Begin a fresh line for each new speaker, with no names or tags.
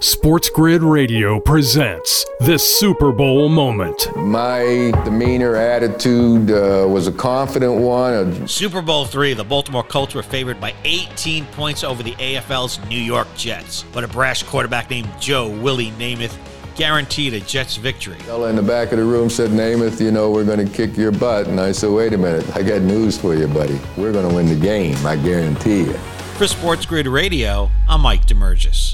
Sports Grid Radio presents this Super Bowl moment.
My demeanor, attitude uh, was a confident one.
Super Bowl three, the Baltimore Colts were favored by 18 points over the AFL's New York Jets. But a brash quarterback named Joe Willie Namath guaranteed a Jets victory.
Fella in the back of the room said, Namath, you know, we're going to kick your butt. And I said, wait a minute, I got news for you, buddy. We're going to win the game, I guarantee you.
For Sports Grid Radio, I'm Mike Demergis.